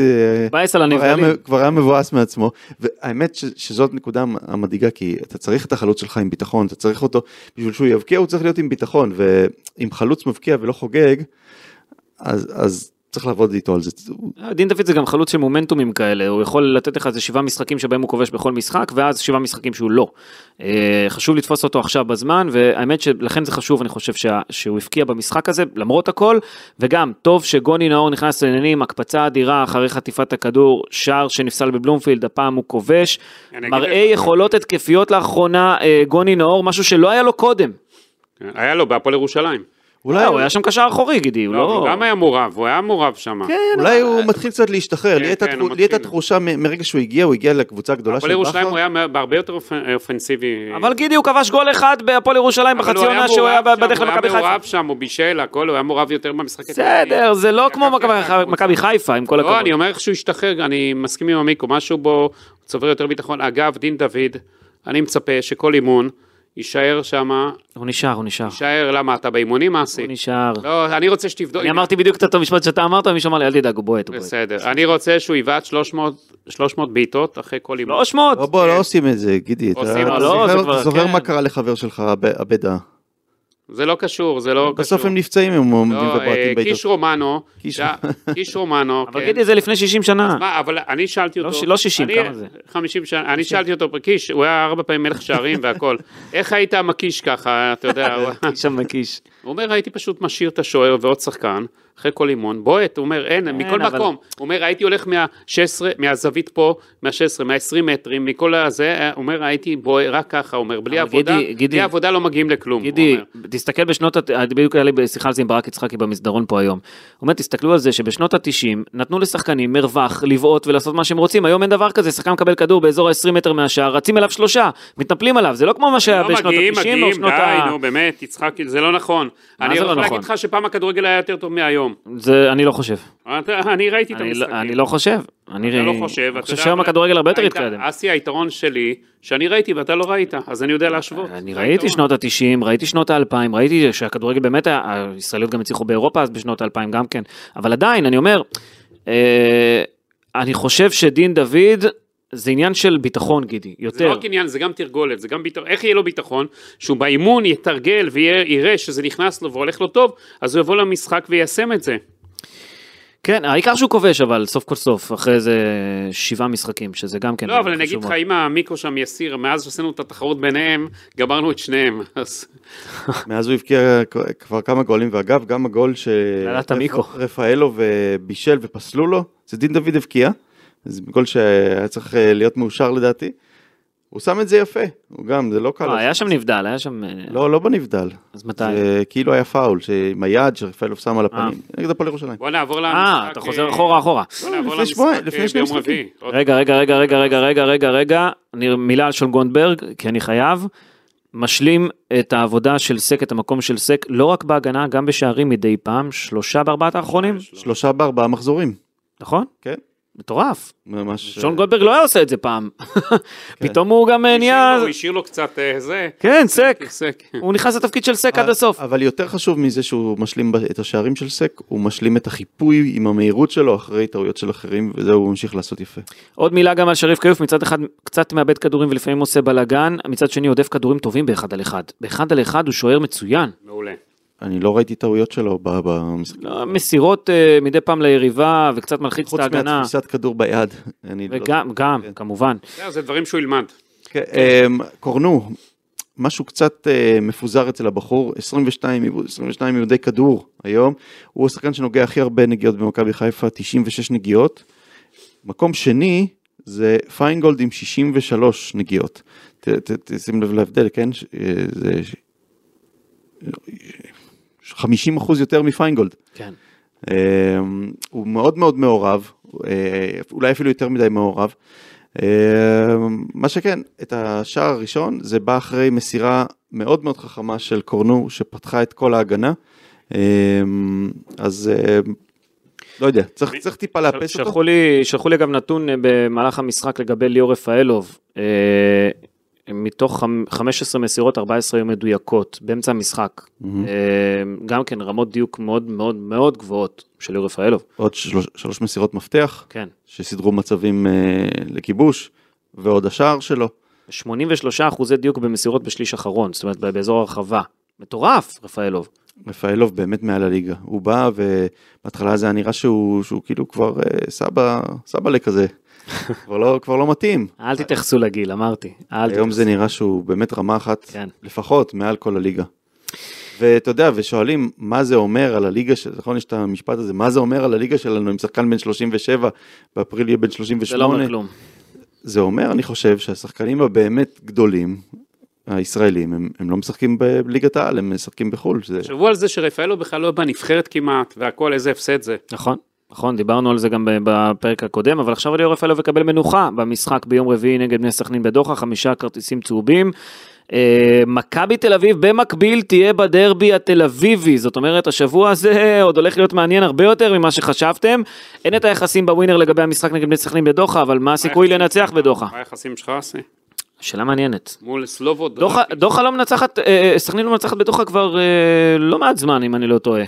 בייס על כבר היה, הנבדלים. מ- כבר היה מבואס מעצמו, והאמת ש, שזאת נקודה המדאיגה, כי אתה צריך את החלוץ שלך עם ביטחון, אתה צריך אותו, בשביל שהוא יבקיע הוא צריך להיות עם ביטחון, ואם חלוץ מבקיע ולא חוגג, אז, אז צריך לעבוד איתו על זה. דין דוד זה גם חלוץ של מומנטומים כאלה, הוא יכול לתת לך איזה שבעה משחקים שבהם הוא כובש בכל משחק, ואז שבעה משחקים שהוא לא. אה, חשוב לתפוס אותו עכשיו בזמן, והאמת שלכן זה חשוב, אני חושב שה, שהוא הבקיע במשחק הזה, למרות הכל, וגם, טוב שגוני נאור נכנס לעניינים, הקפצה אדירה אחרי חטיפת הכדור, שער שנפסל בבלומפילד, הפעם הוא כובש, אני אגיד מראה לך- יכולות התקפיות לאחרונה, אה, גוני נאור, משהו שלא היה לו קודם. לא, היה לו בהפועל ירושלים. אה, אולי, כן, הוא היה שם קשר אחורי, גידי, הוא לא, לא... הוא גם היה מעורב, הוא היה מעורב שם. כן, אולי הוא מתחיל קצת להשתחרר, לי הייתה כן, תחו- הוא לי הייתה מתחיל. תחושה מ- מרגע שהוא הגיע, הוא הגיע לקבוצה הגדולה הפועל של בכר. ירושלים הוא היה בהרבה יותר אופ- אה, אופנסיבי. אבל גידי הוא כבש גול אחד בהפועל ירושלים אבל בחצי הוא עונה שהוא היה מעורב שם, בדרך למכבי הוא היה חיפה. מעורב שם, הוא בישל, הכל, הוא היה מעורב יותר במשחק. בסדר, זה לא לקח כמו מכבי- לקבוצה. מכבי חיפה, עם כל לא, אני הכבוד. אומר לך שהוא השתחרר, אני מסכים עם עמיקו, משהו בו הוא צובר יותר ביטחון. אגב, דין דוד, אני מצפה שכל אימון יישאר שם, הוא נשאר, הוא נשאר. יישאר, למה אתה באימונים, אסי? הוא נשאר. לא, אני רוצה שתבדוק. אני אמרתי בדיוק את אותו משפט שאתה אמרת, מישהו אמר לי, אל תדאג, הוא בועט, הוא בועט. בסדר, אני רוצה שהוא יבעט 300 300 בעיטות אחרי כל אימון. 300! לא, בוא, לא עושים את זה, גידי. אתה כן. עושים, אתה לא, זה זוכר- כבר- אתה זוכר כן. מה קרה לחבר שלך, הב- הבדה? זה לא קשור, זה לא קשור. בסוף הם נפצעים, הם עומדים לא, אה, ובועטים בעיטות. קיש רומנו, קיש- שהיה- קיש רומנו, אבל כן. גידי זה לפני 60 שנה. מה, אבל אני שאלתי לא אותו... ש- לא 60, אני- כמה זה? 50 שנה, אני שאלתי אותו, קיש, הוא היה ארבע פעמים מלך שערים והכל. איך היית מקיש ככה, אתה יודע? הוא- שם מקיש. הוא אומר, הייתי פשוט משאיר את השוער ועוד שחקן, אחרי כל אימון, בועט, הוא אומר, אין, מכל כן, אבל- מקום. הוא אומר, הייתי הולך מה-16, מהזווית פה, מה-16, מה-20 מטרים, מכל הזה, אה, הוא אומר, הייתי בועט, רק ככה, הוא אומר, בלי אבל עבודה, גידי- גידי- בלי עבודה לא מגיעים לכלום. הוא גידי, אומר. תסתכל בשנות, הת- בדיוק היה לי בשיחה על זה עם ברק יצחקי במסדרון פה היום. הוא אומר, תסתכלו על זה שבשנות ה-90 נתנו לשחקנים מרווח לבעוט ולעשות מה שהם רוצים, היום אין דבר כזה, שחקן מקבל כדור באזור ה-20 מטר מהשער, רצים אליו שלושה, מתנפלים עליו, זה לא כמו מה שהיה לא בשנות מגיעים, ה-90 או מגיעים, שנות די, ה... נו, באמת, יצחקי, זה לא נכון. זה אני לא הולך נכון? להגיד לך שפעם הכדורגל היה יותר טוב מהיום. היום. זה אני לא חושב. אתה- אני ראיתי את אני המשחקים. לא- אני לא חושב. אתה אני לא חושב, אני אתה חושב יודע, שהיום אבל- הכדורגל הרבה יותר היית- אה, התקדם. אסי, היתרון שלי, שאני ראיתי ואתה לא ראית, אז אני יודע להשוות. אני זה ראיתי היתרון. שנות ה-90, ראיתי שנות ה-2000, ראיתי שהכדורגל באמת, היה- הישראליות גם הצליחו באירופה אז בשנות ה-2000 גם כן, אבל עדיין, אני אומר, אה, אני חושב שדין דוד זה עניין של ביטחון, גידי, זה לא יותר. רק עניין, זה גם תרגולת, זה גם ביטחון, איך יהיה לו ביטחון? שהוא באימון יתרגל ויראה שזה נכנס לו והולך לו טוב, אז הוא יבוא למשחק ויישם את זה. כן, העיקר שהוא כובש, אבל סוף כל סוף, אחרי איזה שבעה משחקים, שזה גם כן לא, אבל חשוב אני אגיד לך, מאוד. אם המיקרו שם יסיר, מאז שעשינו את התחרות ביניהם, גמרנו את שניהם. אז מאז הוא הבקיע כבר כמה גולים, ואגב, גם הגול ש... קלעת מיקו. רפאלו ובישל ופסלו לו, זה דין דוד הבקיע, זה גול שהיה צריך אה, להיות מאושר לדעתי. הוא שם את זה יפה, הוא גם, זה לא קל. לא, היה שם נבדל, היה שם... אה, לא, לא בנבדל. אז מתי? זה כאילו היה פאול, עם היד שרפאלוב שם על הפנים, נגד הפועל ירושלים. בוא נעבור למשחק. אה, אתה אה, חוזר אחורה אחורה. בוא נעבור לפני למשחק, שבועיים, אה, לפני שני ביום משחקים. רביעי. עוד- רגע, רגע, רגע, רגע, רגע, רגע, רגע, רגע, אני- מילה על שולגונדברג, כי אני חייב. משלים את העבודה של סק, את המקום של סק, לא רק בהגנה, גם בשערים מדי פעם, שלושה בארבעת האחרונים, שלושה בארבעה מחזורים, נכון? כן. מטורף. ממש. שון גולדברג לא היה עושה את זה פעם. פתאום הוא גם אה, נהיה... הוא השאיר לו קצת אה, זה. כן, סק. עיסק. הוא נכנס לתפקיד של סק אה, עד הסוף. אבל יותר חשוב מזה שהוא משלים ב- את השערים של סק, הוא משלים את החיפוי עם המהירות שלו אחרי טעויות של אחרים, וזה הוא ממשיך לעשות יפה. עוד מילה גם על שריף כיוף, מצד אחד קצת מאבד כדורים ולפעמים עושה בלאגן, מצד שני עודף כדורים טובים באחד על אחד. באחד על אחד הוא שוער מצוין. מעולה. אני לא ראיתי טעויות שלו ב- במשחק. לא, מסירות אה, מדי פעם ליריבה וקצת מלחיץ את חוץ ההגנה. מהתפיסת כדור ביד. אני לא- וגם, גם, כמובן. זהו, זה דברים שהוא ילמד. כן, אמ, קורנו, משהו קצת אה, מפוזר אצל הבחור, 22 עיבוד- 22 עיבודי כדור היום, הוא השחקן שנוגע הכי הרבה נגיעות במכבי חיפה, 96 נגיעות. מקום שני זה פיינגולד עם 63 נגיעות. ת- ת- תשים לב להבדל, כן? ש- אה, זה... ש- 50 אחוז יותר מפיינגולד. כן. אמ, הוא מאוד מאוד מעורב, אה, אולי אפילו יותר מדי מעורב. אמ, מה שכן, את השער הראשון זה בא אחרי מסירה מאוד מאוד חכמה של קורנו שפתחה את כל ההגנה. אמ, אז אמ, לא יודע, צריך, צריך טיפה לאפס של- אותו. שלחו לי, שלחו לי גם נתון אה, במהלך המשחק לגבי ליאור רפאלוב. אה, מתוך חמ- 15 מסירות, 14 היו מדויקות, באמצע המשחק. אה, גם כן, רמות דיוק מאוד מאוד מאוד גבוהות של ליאור רפאלוב. עוד שלוש, שלוש מסירות מפתח כן. שסידרו מצבים אה, לכיבוש, ועוד השער שלו. 83 אחוזי דיוק במסירות בשליש אחרון, זאת אומרת באזור הרחבה. מטורף, רפאלוב. רפאלוב באמת מעל הליגה, הוא בא ובהתחלה זה היה נראה שהוא, שהוא כאילו כבר אה, סבא, סבאלה כזה, כבר, לא, כבר לא מתאים. אל תתייחסו לגיל, אמרתי. אל היום זה תתייחסו. נראה שהוא באמת רמה אחת, כן. לפחות מעל כל הליגה. ואתה יודע, ושואלים מה זה אומר על הליגה, של- נכון יש את המשפט הזה, מה זה אומר על הליגה שלנו עם שחקן בן 37, באפריל יהיה בן 38. זה לא אומר כלום. זה אומר, אני חושב, שהשחקנים הבאמת גדולים, הישראלים, הם, הם לא משחקים בליגת העל, הם משחקים בחו"ל. שזה... תחשבו על זה שרפאלו בכלל לא בנבחרת כמעט, והכל איזה הפסד זה. נכון, נכון, דיברנו על זה גם ב- בפרק הקודם, אבל עכשיו ליאור רפאלוב יקבל מנוחה במשחק ביום רביעי נגד בני סכנין בדוחה, חמישה כרטיסים צהובים. אה, מכבי תל אביב במקביל תהיה בדרבי התל אביבי, זאת אומרת השבוע הזה עוד הולך להיות מעניין הרבה יותר ממה שחשבתם. אין את היחסים בווינר לגבי המשחק נגד בני סכנין בדוחה, אבל מה הסיכוי היחסים לנצח בדוחה? מה היחסים שלך עשי? שאלה מעניינת. מול סלובו דוחה- דוחה לא מנצחת, אה, אה, סכנין לא מנצחת בדוחה כבר אה, לא מעט זמן אם אני לא טועה.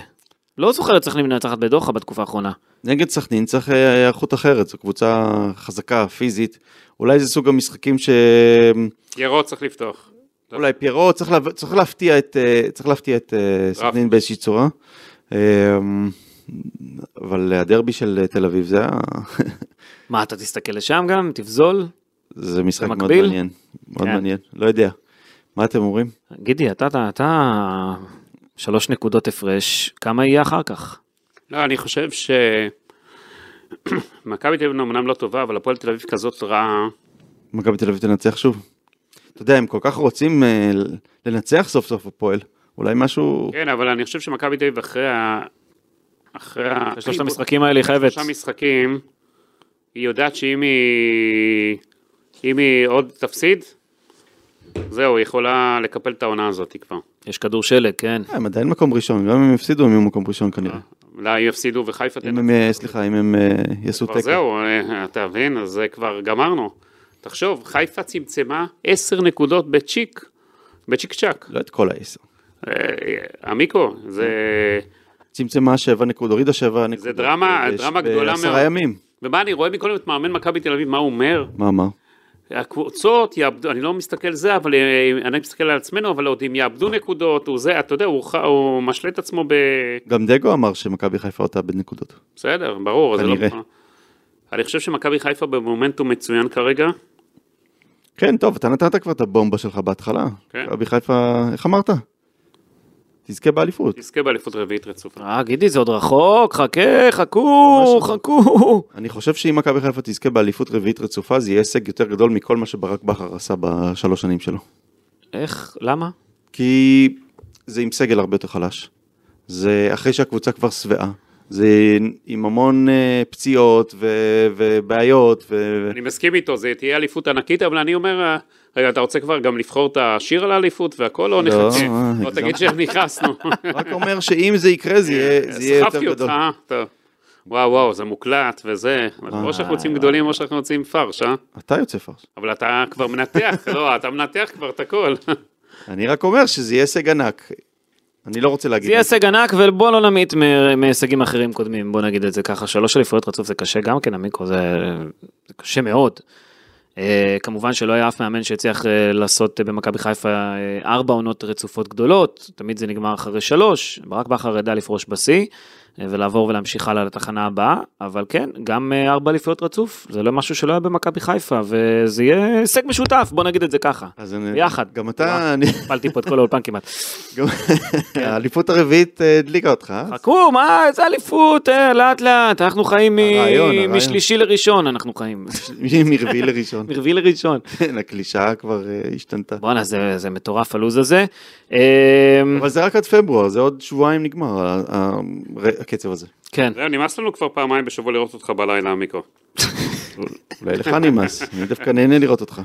לא זוכר את סכנין מנצחת בדוחה בתקופה האחרונה. נגד סכנין צריך אה, היערכות אחרת, זו קבוצה חזקה, פיזית. אולי זה סוג המשחקים ש... ירוק צריך לפתוח. אולי פיירו, צריך, להב... צריך להפתיע את, אה, צריך להפתיע את אה, סכנין באיזושהי צורה. אה, אבל הדרבי של אה, תל אביב זה, היה- מה, אתה תסתכל לשם גם? תבזול? זה משחק מאוד במקביל? מעניין. מאוד כן. מעניין, לא יודע. מה אתם אומרים? גידי, אתה, אתה, אתה שלוש נקודות הפרש, כמה יהיה אחר כך? לא, אני חושב ש... מכבי תל אביב אמנם לא טובה, אבל הפועל תל אביב כזאת רעה. מכבי תל אביב תנצח שוב? אתה יודע, הם כל כך רוצים אה, ל- לנצח סוף סוף הפועל. אולי משהו... כן, אבל אני חושב שמכבי תל אביב אחרי ה... אחרי ה... שלושת המשחקים האלה היא חייבת. אה, שלושה משחקים, היא יודעת שאם היא... אם היא עוד תפסיד, זהו, היא יכולה לקפל את העונה הזאת כבר. יש כדור שלג, כן. אה, אה, הם עדיין מקום ראשון, גם אם הם יפסידו הם יהיו מקום ראשון כנראה. אולי יפסידו וחיפה אם הם, אה, סליחה, אם הם אה, יעשו כן. כבר תיקו. זהו, אה, אתה מבין? אז זה כבר גמרנו. תחשוב, חיפה צמצמה עשר נקודות בצ'יק, בצ'יק צ'אק. לא את כל העשר. אה, עמיקו, זה... צמצמה שבע נקודות, הורידה שבע נקודות. דרמה- בש- דרמה גדולה מאוד. בעשרה ימים. ומה אני רואה מקודם את מאמן מכבי תל אביב, מה הוא אומר? מה אמר? הקבוצות יאבדו, אני לא מסתכל זה, אבל אה, אני מסתכל על עצמנו, אבל עוד אם יאבדו נקודות, הוא זה, אתה יודע, הוא, ח- הוא משלה את עצמו ב... גם דגו אמר שמכבי חיפה אותה בנקודות. בסדר, ברור, אז זה כנראה. לא... אני חושב שמכבי חיפה במומנטום מצוין כרגע. כן, טוב, אתה נתת כבר את הבומבה שלך בהתחלה. כן. מכבי חיפה, איך אמרת? תזכה באליפות. תזכה באליפות רביעית רצופה. אה, גידי, זה עוד רחוק, חכה, חכו, ממש חכו. אני חושב שאם מכבי חיפה תזכה באליפות רביעית רצופה, זה יהיה הישג יותר גדול מכל מה שברק בכר עשה בשלוש שנים שלו. איך, למה? כי זה עם סגל הרבה יותר חלש. זה אחרי שהקבוצה כבר שבעה. זה עם המון אה, פציעות ו- ובעיות. ו- אני מסכים איתו, זה תהיה אליפות ענקית, אבל אני אומר, אה, רגע, אתה רוצה כבר גם לבחור את השיר על האליפות והכל, או לא, נחכה? אה, לא, תגיד הגזמת. שנכנסנו. רק אומר שאם זה יקרה, זה יהיה, זה יהיה יותר סחפתי אה, אותך, גדול. אה? טוב. וואו, וואו, זה מוקלט וזה. או שאנחנו יוצאים גדולים או שאנחנו יוצאים פרש, אה? אתה יוצא פרש. אבל אתה כבר מנתח, לא, אתה מנתח כבר את הכל. אני רק אומר שזה יהיה הישג ענק. אני לא רוצה להגיד. זה יהיה את הישג ענק, ובוא לא נמעיט מ- מהישגים אחרים קודמים, בוא נגיד את זה ככה. שלוש אליפויות רצוף זה קשה גם כן, המיקרו זה, זה קשה מאוד. אה, כמובן שלא היה אף מאמן שהצליח אה, לעשות אה, במכבי חיפה אה, ארבע עונות רצופות גדולות, תמיד זה נגמר אחרי שלוש, ברק בכר ידע לפרוש בשיא אה, ולעבור ולהמשיך הלאה לתחנה הבאה, אבל כן, גם אה, ארבע אליפויות רצוף, זה לא משהו שלא היה במכבי חיפה, וזה יהיה הישג משותף, בוא נגיד את זה ככה. אז אני- ביחד. גם אתה, אני- הפלתי פה את כל האולפן כמעט. גם- האליפות הרביעית אה, הדליקה אותך. אה? חכו, מה, איזה אליפות, אה, לאט לאט, אנחנו חיים מ- הרעיון, הרעיון. משלישי לראשון, אנחנו חיים, אה? מרביעי לראשון. מרביעי לראשון. כן, הקלישאה כבר אה, השתנתה. בואנה, זה זה מטורף הלו"ז הזה. אמ, אבל זה רק עד פברואר, זה עוד שבועיים נגמר, ה- ה- הקצב הזה. כן, זהו, נמאס לנו כבר פעמיים בשבוע לראות אותך בלילה, מיקו. אולי לך נמאס, אני דווקא נהנה לראות אותך.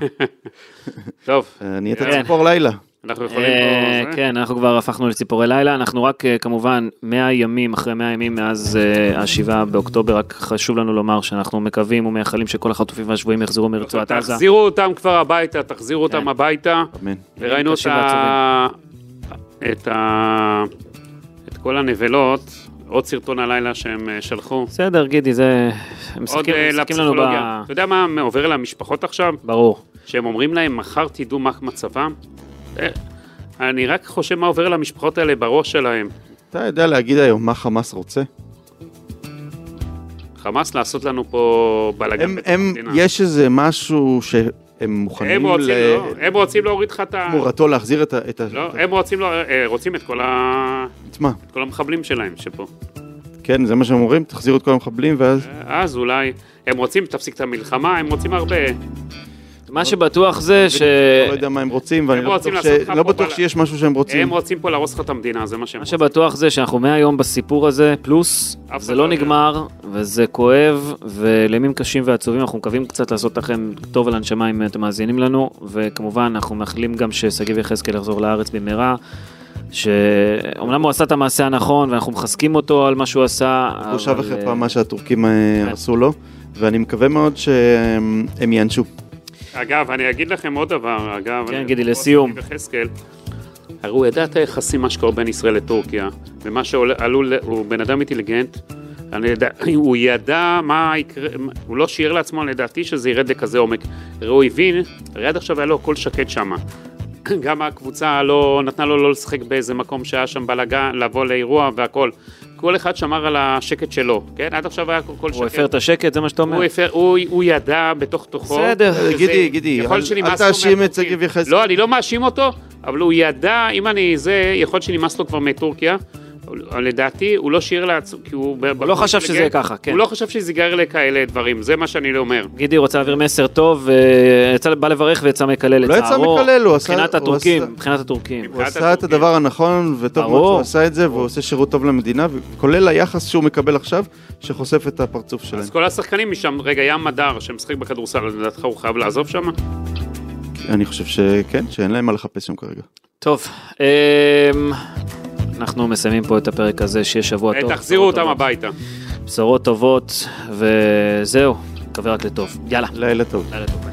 טוב, אה, נהיית כן. ציפור לילה. אנחנו יכולים... אה, פה- זה? כן, אנחנו כבר הפכנו לציפורי לילה, אנחנו רק אה, כמובן 100 ימים אחרי 100 ימים מאז אה, השבעה באוקטובר, רק חשוב לנו לומר שאנחנו מקווים ומייחלים שכל החטופים והשבויים יחזרו מרצועת עזה. כן. תחזירו אותם כבר הביתה, תחזירו אותם הביתה. אמן. וראינו את קשים ה... את ה... את כל הנבלות, עוד סרטון הלילה שהם אה, שלחו. בסדר, גידי, זה... הם עוד משחקים אה, משחקים לנו ב... לפסיכולוגיה. אתה יודע מה עובר למשפחות עכשיו? ברור. שהם אומרים להם, מחר תדעו מה מצבם? אה, אני רק חושב מה עובר למשפחות האלה בראש שלהם. אתה יודע להגיד היום מה חמאס רוצה? חמאס לעשות לנו פה בלאגן. הם, הם, יש איזה משהו שהם הם מוכנים רוצים, ל- לא, הם רוצים להוריד לך את ה... תמורתו להחזיר את ה... את ה- לא, הם רוצים, לא- אה, רוצים את כל ה- את מה? את כל המחבלים שלהם שפה. כן, זה מה שהם אומרים, תחזירו את כל המחבלים ואז... כן. אז אולי הם רוצים, תפסיק את המלחמה, הם רוצים הרבה. מה שבטוח זה ש... אני לא יודע מה הם רוצים, ואני הם לא רוצים בטוח ש- לעשות לך לא פה בטוח בלאגן. שיש משהו שהם רוצים. הם רוצים פה להרוס לך את המדינה, זה מה שהם מה רוצים. שבטוח זה שאנחנו 100 יום בסיפור הזה, פלוס, אף זה אחד לא לא יודע. נגמר, וזה כואב, ולימים קשים ועצובים, אנחנו מקווים קצת לעשות לכם טוב על הנשמה אם אתם מאזינים לנו, וכמובן, אנחנו מאחלים גם ששגיב יחזקאל יחזור לארץ במהרה, שאומנם הוא עשה את המעשה הנכון, ואנחנו מחזקים אותו על מה שהוא עשה, בושה אבל, וחרפה אה, מה שהטורקים אה, כן. עשו לו, ואני מקווה מאוד שהם הם ייענשו. אגב, אני אגיד לכם עוד דבר, אגב. כן, אני- גידי, לסיום. אני יחזקאל. הרי הוא ידע את היחסים, מה שקורה בין ישראל לטורקיה, ומה שעלול, הוא בן אדם אינטליגנט, אני יודע, הוא ידע מה יקרה, הוא לא שיער לעצמו לדעתי שזה ירד לכזה עומק. הרי הוא הבין, הרי עד עכשיו היה לו הכל שקט שם. גם הקבוצה לא נתנה לו לא לשחק באיזה מקום שהיה שם בלאגן, לבוא לאירוע והכל. כל אחד שמר על השקט שלו, כן? עד עכשיו היה הכל שקט. אה, הוא הפר את השקט, זה מה שאתה אומר? הוא, הפר, הוא, הוא ידע בתוך תוכו. בסדר. שזה- גידי, גידי, יכול אל- להיות שנמאס אל לו תאשים את מהטורקים. שגיב יחזקאל. לא, אני לא מאשים אותו, אבל הוא ידע, אם אני זה, יכול להיות שנמאס לו כבר מטורקיה. אבל לדעתי, הוא לא שיער לעצמו, כי הוא... לא חשב שזה יהיה ככה, כן. הוא לא חשב שזה ייגרר לכאלה דברים, זה מה שאני לא אומר. גידי רוצה להעביר מסר טוב, אה, יצא- בא לברך ויצא מקלל את לא יצא מקלל, הוא עשה- מבחינת הוא הטורקים, עשה- מבחינת הטורקים. הוא מבחינת עשה את הטורקים. הדבר הנכון, וטוב מאוד ברור. שהוא עשה את זה, והוא עושה שירות טוב למדינה, כולל היחס שהוא מקבל עכשיו, שחושף את הפרצוף שלהם. אז כל השחקנים משם, רגע, ים מדר שמשחק בכדורסל, לדעתך הוא חייב לעזוב שם? כן, אני חושב שכן, שאין להם מה לחפש שם כרגע. טוב, אמ, אנחנו מסיימים פה את הפרק הזה, שיהיה שבוע אה, טוב. תחזירו בשורות אותם טובות. הביתה. בשורות טובות, וזהו, מקווה רק לטוב. יאללה, לילה טוב. לילה טוב.